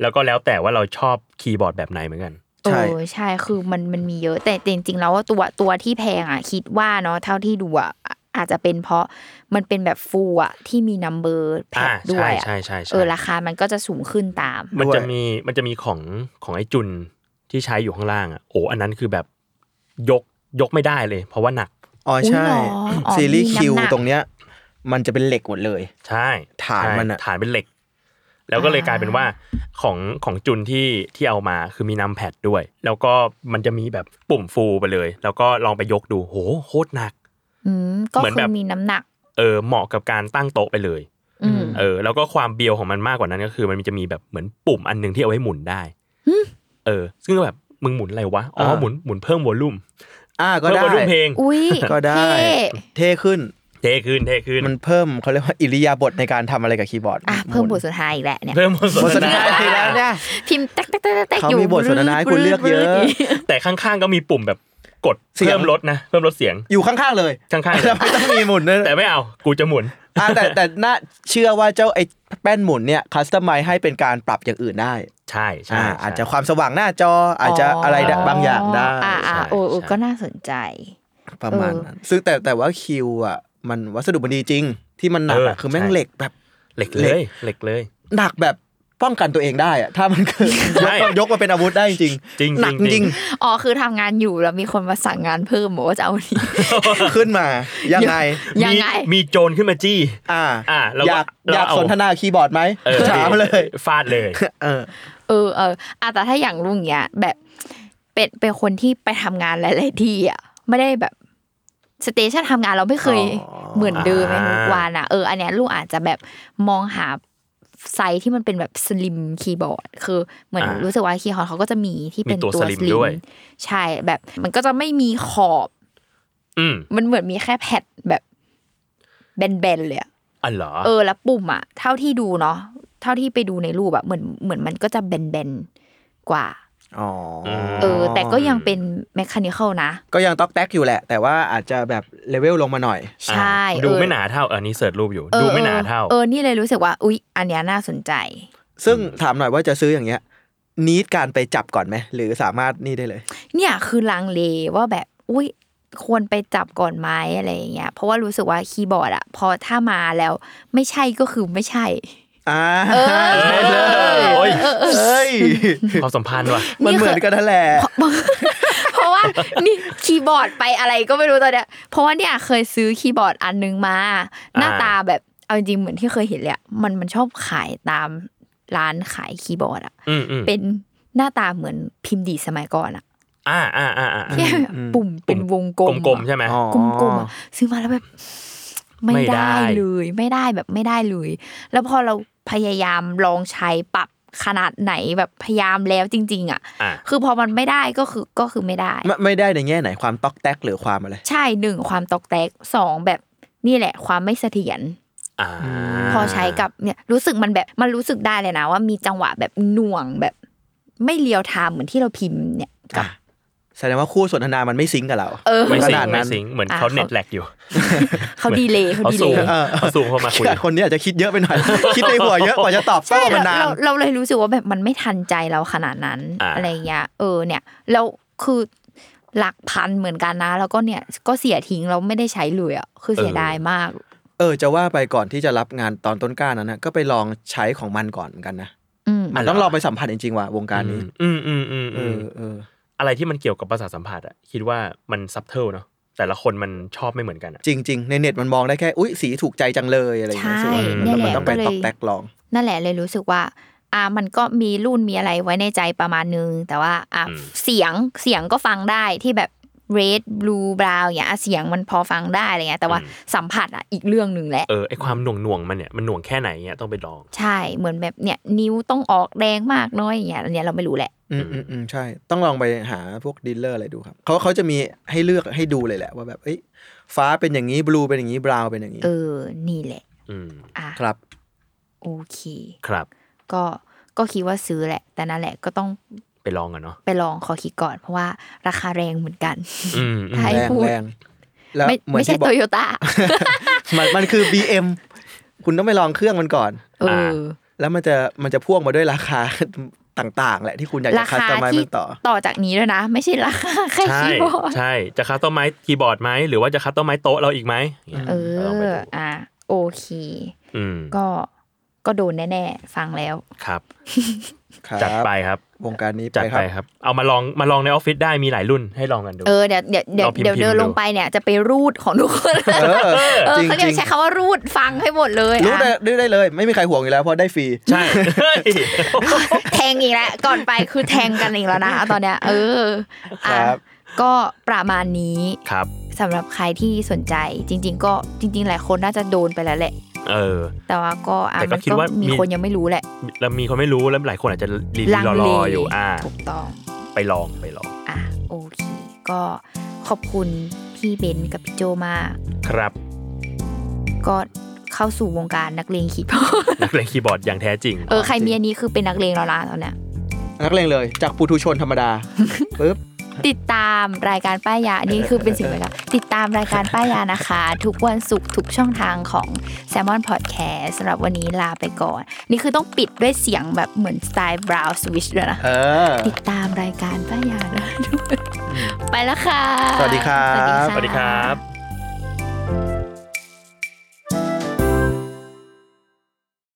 C: แล้วก็แล้วแต่ว่าเราชอบคีย์บอร์ดแบบไหนเหมือนกัน
B: โอ้
D: ใช่
B: ใช่คือมันมันมีเยอะ แต่แต่จริงๆแล้วว่าตัวตัวที่แพงอ่ะคิดว่าเนาะเท่าที่ดูอ่ะอาจจะเป็นเพราะมันเป็นแบบฟูลอ่ะที่มีนัมเบอร์แพ็
C: อ่า
B: คด้ว
C: ใช่
B: ยอ่ะ
C: ใช่ใช่ใช่
B: เออราคามันก็จะสูงขึ้นตาม
C: มันจะ
D: ด้วย
C: มีมันจะมีของของไอ้จุนที่ใช้อยู่ข้างล่างอ่ะโอ้อันนั้นคือแบบยกยกไม่ได้เลย เพราะว่าหนัก
D: อ๋อใช่
B: อุ๊ยเหรออ๋อ
D: ซีรีส์
B: มีน้ำ
D: คิว
B: หนัก
D: ตรงเนี้ย มันจะเป็นเหล็กหมดเลย
C: ใช่
D: ฐาน
C: ใช่
D: มันอะ
C: ฐานเป็นเหล็ก แล้วก็เลยกลายเป็นว่าของของจุนที่ที่เอามาคือมีนัมแพดด้วย แล้วก็มันจะมีแบบปุ่มฟูไปเลย แล้วก็ลองไปยกดูโหโคตรหนัก
B: อืมก็
C: เหมือน
B: คื
C: แบ
B: อบ มีน้ำหนัก
C: เออเหมาะกับการตั้งโต๊ะไปเลย
B: อืม
C: เออแล้วก็ความเบียวของมันมากกว่านั้นก็คือ มันจะมีแบบเหมือนปุ่มอันหนึ่งที่เอาไว้หมุนได้
B: หึ
C: เออ ซึ่งก็แบบมึงหมุนอะไรวะอ๋อ
D: อ่า
C: หมุนหมุนเพิ่มวอลลุ่ม
D: อ่าก็
C: เพิ่ม
D: ได้
C: วอลลุ่มเพลง
B: อุ้ย
D: ก็ได้
B: เท่
D: เท่ขึ้น
C: เท่ขึ้นเท่ขึ้น
D: มันเพิ่มเขาเรียกว่าอิริยาบถในการทำอะไรกับคีย์บอร์ด
B: อ่ะเพิ่มบทสนทนาอีกแหละเนี่ย
C: เพิ่มวอล
D: หม
C: ลุ่
D: ด
C: ม
D: สนทนาทีแล้วเนี่ย
B: พิมพ์แตกแตกแต๊กแต๊กแตก
D: เขา
B: อยู่
D: มีบทสนทนาให้คุณเลือกเยอะ
B: บรืดบรืด
C: แต่ข้างๆก็มีปุ่มแบบกด
D: เสียง
C: เพิ่มลดนะเพิ่มลดเสียง
D: อยู่ข้างๆเลย
C: ข้างๆเลย
D: แล้วไม่ต้องมีหมุนนะ
C: แต่ไม่เอากูจะหมุน
D: อ่าแต่แต่น่าเชื่อว่าเจ้าไอ้แป้นหมุนเนี่ยคัสตอมไมซ์ให้เป็นการปรับอย่างอื่นได้
C: ใช่ใช่
D: อ่า
C: ใช่
D: อาจจะความสว่างหน้าจออาจจะอะไรได้บางอย่างได้
B: อ่ะอ่ะ
C: ใช่
B: โอ้โอ้
C: ใช่
B: ก็น่าสนใจ
D: ประมาณนั้นซึ่งแต่แต่ว่าคิวอ่ะมันวัสดุมันดีจริง ที่มันหนักอะ
C: เออ
D: คือแม่ง
C: ใช่
D: เหล็กแบบ
C: เหล็กเลยเหล็กเลย
D: หนักแบบป้องกันตัวเองได้อะถ้ามันเกิดย
C: ใช่
D: กยกมาเป็นอาวุธได้จริง
C: จริง
D: หนักจริง
B: อ๋อคือทำงานอยู่แล้วมีคนมาสั่งงานเพิ่มบอกว่าจะเอาอันนี้
D: ขึ้นมา ยังไง
B: ยัง
C: มี
B: ไง
C: มีโจรขึ้นมาจี้
D: อ่า
C: อ่าแล้ว
D: อยาก
C: เรา
D: อยาก
C: เอา
D: สนทนาคีย์บอร์ดไหม
C: ออ
D: ถามเลย
C: ฟาดเลย
D: เออ
B: เออเอออะแต่ถ้าอย่างลุงเนี้ยแบบเป็นเป็นคนที่ไปทำงานหลาย ๆ ที่อ่ะไม่ได้แบบสเตชันทำงานเราไม่เคย
D: อ๋อ
B: เหมือนเดิมใน
C: อ่า
B: ทุกวันอ่ะเอออันเนี้ยลุงอาจจะแบบมองหาไซส์ที่มันเป็นแบบสลิมคีย์บอร์ดคือเหมือน
C: อ่ารู้
B: รู้สึกว่าคีย์บอร์ดเขาก็จะมีที่เป็น
C: มีตัว
B: ตัว
C: slim
B: slim
C: ด้วย
B: ใช่แบบมันก็จะไม่มีขอบ
C: อืม
B: มันเหมือนมีแค่แผ่นแบบแบน ๆ เลยอะ
C: อันเหรอ
B: เออแล้วปุ่มอ่ะเท่าที่ดูเนาะเท่าที่ไปดูในรูปอะเหมือนเหมือนมันก็จะแบนๆกว่า
D: อ๋อ
B: เออ แต่ก็ยังเป็นแมคานิคอลนะ
D: ก็ยังต๊อกแต๊กอยู่แหละ แต่ว่าอาจจะแบบเลเวลลงมาหน่อย
B: ใช่
C: อ่าดู
B: เออ
C: ไม่หนาเท่าเออนี่เสิร์ชรูปอยู่
B: ออ
C: ดูไม่หนาเท่า
B: เออนี่เลยรู้สึกว่า อุ๊ย อันเนี้ยน่าสนใจ
D: ซึ่งถามหน่อยว่าจะซื้ออย่างเงี้ยนิดการไปจับก่อนไหมหรือสามารถนี่ได้เลย
B: เนี่ยคือลังเลว่าแบบ อุ๊ย ควรไปจับก่อนไหมอะไรอย่างเงี้ยเพราะว่ารู้สึกว่าคีย์บอร์ดอะพอถ้ามาแล้วไม่ใช่ก็คือไม่ใช่
D: อ่า
B: เออ
D: ใช่เลย
C: โอ้ย
D: เอ้ย
C: ความสัมพันธ์ว่ะ
D: มันเหมือนกันนั่นแหละ
B: เพราะว่านี่คีย์บอร์ดไปอะไรก็ไม่รู้ตอนเนี้ยเพราะว่าเนี่ยเคยซื้อคีย์บอร์ดอันนึงมา หน้าตาแบบเอาจริงๆเหมือนที่เคยเห็นเลยอะมันมันชอบขายตามร้านขายคีย์บอร์ดอะ
C: อืมอืม
B: เป็นหน้าตาเหมือนพิมพ์ดีดสมัยก่อนอะ
C: อ่าอ่าอ่าอ่า
B: ที่แบบ
D: อืม
B: ปุ่มเป็นวงกลม
C: กลมๆใช่ไหม
D: อ๋อ
B: กลมๆอะซื้อมาแล้วแบบ ไม่
C: ไม่ได้
B: ได้เลยไม่ได้แบบไม่ได้เลย แล้วพอเราพยายามลองใช้ปรับขนาดไหนแบบพยายามแล้วจริง ๆอะ
C: อ่า
B: คือพอมันไม่ได้ก็คือก็คือไม่ได้
D: ไม่ไม่ได้ในแง่ไหนความตอกแตกหรือความอะไร
B: ใช่หนึ่งความตอกแตกสองแบบนี่แหละ ความไม่เสถียร
C: อ่า
B: พอใช้กับเนี่ยรู้สึกมันแบบมันรู้สึกได้เลยนะ ว่ามีจังหวะแบบหน่วงแบบ ไม่เรียวไทม์เหมือนที่เราพิมพ์เนี่ยกับ
D: อ่ะ แสดงว่าคู่สนทนามันไม่ซิงก์กับเรา
B: เออ
C: ไม่สิง
D: ขนาดนั้น
C: ไม่สิงเหมือน
B: อ่ะ
C: เขา
B: เขา
C: เน็ตแลกอยู่
B: เขาดีเลยเขา
C: เขา
B: ดี
C: สูง
B: เลย
C: เขาสูงเข้ามาคุย
D: คนนี้อาจจะคิดเยอะไปหน่อย คิดในหัวเยอะกว่าจะตอบโต้
B: ใช่
D: มัน
B: เรา
D: นาน
B: เราเราเลยรู้สึกว่าแบบมันไม่ทันใจเราขนาดนั้น
C: อ่า
B: อะไรอย่างเงี้ยเออเนี่ยแล้ว คือหลักพันเหมือนกันนะ แล้วก็เนี่ยก็เสียทิ้งเราไม่ได้ใช้เลยอ่ะคือเสีย
C: เออ
B: ดายมาก
D: เออจะว่าไปก่อนที่จะรับงานตอนต้นกล้านั้นนะก็ไปลองใช้ของมันก่อนเหมือนกันนะ
B: อืม
D: มันต้องลองไปสัมผัสจริงๆว่ะวงการนี้
C: อืมอืมอืม
D: เอ
C: อืม
D: อเออ
C: อะไรที่มันเกี่ยวกับภาษาทสัมผัสอะคิดว่ามันซับเทิลเนาะแต่ละคนมันชอบไม่เหมือนกันอะ
D: จริง ๆ ในเน็ตมันมองได้แค่อุ้ยสีถูกใจจังเลยอะไรอย่างเงี้ย
B: ใช่
D: ส่วน
C: เนี่
D: มั
C: ย
D: น
C: แหละ
D: ต้องไป
B: ก็เลย
D: ตอกแตกลอง
B: นั่นแหละเลยรู้สึกว่า อ่ามันก็มีรุ่นมีอะไรไว้ในใจประมาณนึง แต่ว่าอ่า
C: อืม
B: เสียงเสียงก็ฟังได้ที่แบบ red blue brown อย่างเงี้ยอ่ะเสียงมันพอฟังได้อะไรเงี้ยแต่ว่าสัมผัสอ่ะอีกเรื่องหนึ่งแหละ
C: เออไอความหน่วงหน่วงๆมันเนี่ยมันหน่วงแค่ไหนเนี่ยต้องไปลอง
B: ใช่เหมือนแบบเนี่ยนิ้วต้องออกแดงมากน้อยอย่างเงี้ยอันเนี้ยเราไม่รู้แหละ
D: อืมอืมอืมใช่ ต้องลองไปหาพวกดีลเลอร์อะไรดูครับเขาเขาจะมีให้เลือกให้ดูเลยแหละว่าแบบเอ้ยฟ้าเป็นอย่างนี้บลูเป็นอย่างนี้บราวเป็นอย่างนี้
B: เออ นี่แหละ
C: อืม
B: อ่ะ
D: ครับ
B: โอเค
C: ครับ
B: ก็ก็คิดว่าซื้อแหละ แต่นั่นแหละก็ต้อง
C: ไปลองกัน เนาะ
B: ไปลองขอคิดก่อน เพราะว่าราคาแรงเหมือนกัน
C: อืมอืม
B: ไอ้
D: แรง
B: พูด
D: แรง แล้ว
B: ไม่
D: เหมือน
B: ไม่ใช่
D: ที่บอ
B: โต
D: ก
B: โยต้า
D: มันมันคือ BM คุณต้องไปลองเครื่องมันก่อน
B: เอ
C: Ah.
B: อ
C: Oh.
D: แล้วมันจะมันจะพ่วงมาด้วยราค า ต่างๆ แหละที่คุณอยาก
B: รา
D: จะคัส
B: คา
D: ตอมไม
B: ที่
D: มันต่อ
B: ต่อจากนี้ด้วยนะ ไม่ใช่ราคาแค่
C: ใช่
B: คีย์บอร์ด
C: ใช่จะคัสตอมไม้คีย์บอร์ดไหมหรือว่าจะคัสตอมไม้โต๊ะเราอีกไหมนี่ย
B: เอ
C: ลงไป
B: อ
C: ดู
B: อ่ะโอเค
C: อืม
B: ก็ก็โดนแน่ๆ ฟังแล้ว
C: ครับ
D: ครับ
C: จัดไปครับ
D: วงการนี้
C: จัด
D: ไปค
C: ไป
D: รับ
C: ครับ เอามาลองมาลองในออฟฟิศได้มีหลายรุ่นให้ลองกันดู
B: เออเดี๋ยวเดี๋ยวเดี๋ยว
C: เราพิมพ์
B: เดี๋ยวเดิน
C: พิมพ์ดู
B: ลงไปเนี่ยจะไปรูดของทุกคน
D: เออ
B: เออ
D: จริง
B: เขา
D: จ
B: เรีย
D: ริ
B: ก
D: ง
B: ใช้คำว่ารูดฟังให้หมดเลย
D: รู้ได้
B: อ่ะ
D: รู้ได้เลย ไม่มีใครห่วงอยู่แล้วเพราะได้ฟรี
C: ใช่ เฮ้ย
B: แทงอีกแล้วก่อนไปคือแทงกันอีกแล้ว นะตอนเนี้ย เอออ่ะ
D: ครับ
B: ก็ประมาณนี้
C: ครับ
B: สำหรับใครที่สนใจจริง ๆ ก็จริง ๆ หลายคนน่าจะโดนไปแล้วแหละ
C: เออ
B: แต่ว่าก็อ่ะ
C: แต่ก็
B: มัน
C: คิดว่ามี
B: มีคนยังไม่รู้แหละ
C: แล้วมีคนไม่รู้แล้วหลายคนอาจจะรี
B: ลัง
C: รอ
B: เล
C: รออยู่อ่า
B: ถูกต้อง
C: ไปลองไปลอง
B: อ่ะโอเค ก็ขอบคุณพี่เบนซ์กับพี่โจมาก
C: ครับ
B: ก็เข้าสู่วงการนักเลงคีย์บอร์ด
C: นักเรียนคีย์บอร์ดอย่างแท้จริง
B: เออใครมีอันนี้คือเป็นนักเลงแล้วนะตอนเนี้ย
D: นักเลงเลย จากปุถุชนธรรม ดาปึ๊บ
B: ติดตามรายการป้ายยาอันนี้คือเป็นสิ่งไปแล้วติดตามรายการป้ายยานะคะ ทุกวันศุกร์ทุกช่องทางของ s ซ l m o n Podcast สำหรับวันนี้ลาไปก่อน นี่คือต้องปิดด้วยเสียงแบบเหมือนสไตล์บราวสวิชด้วยนะ
D: เออ
B: ติดต ามรายการป้ายาได้ด้วยไปแล้วค่ะ
D: สวัสดีครับ
C: สวัสดีครับ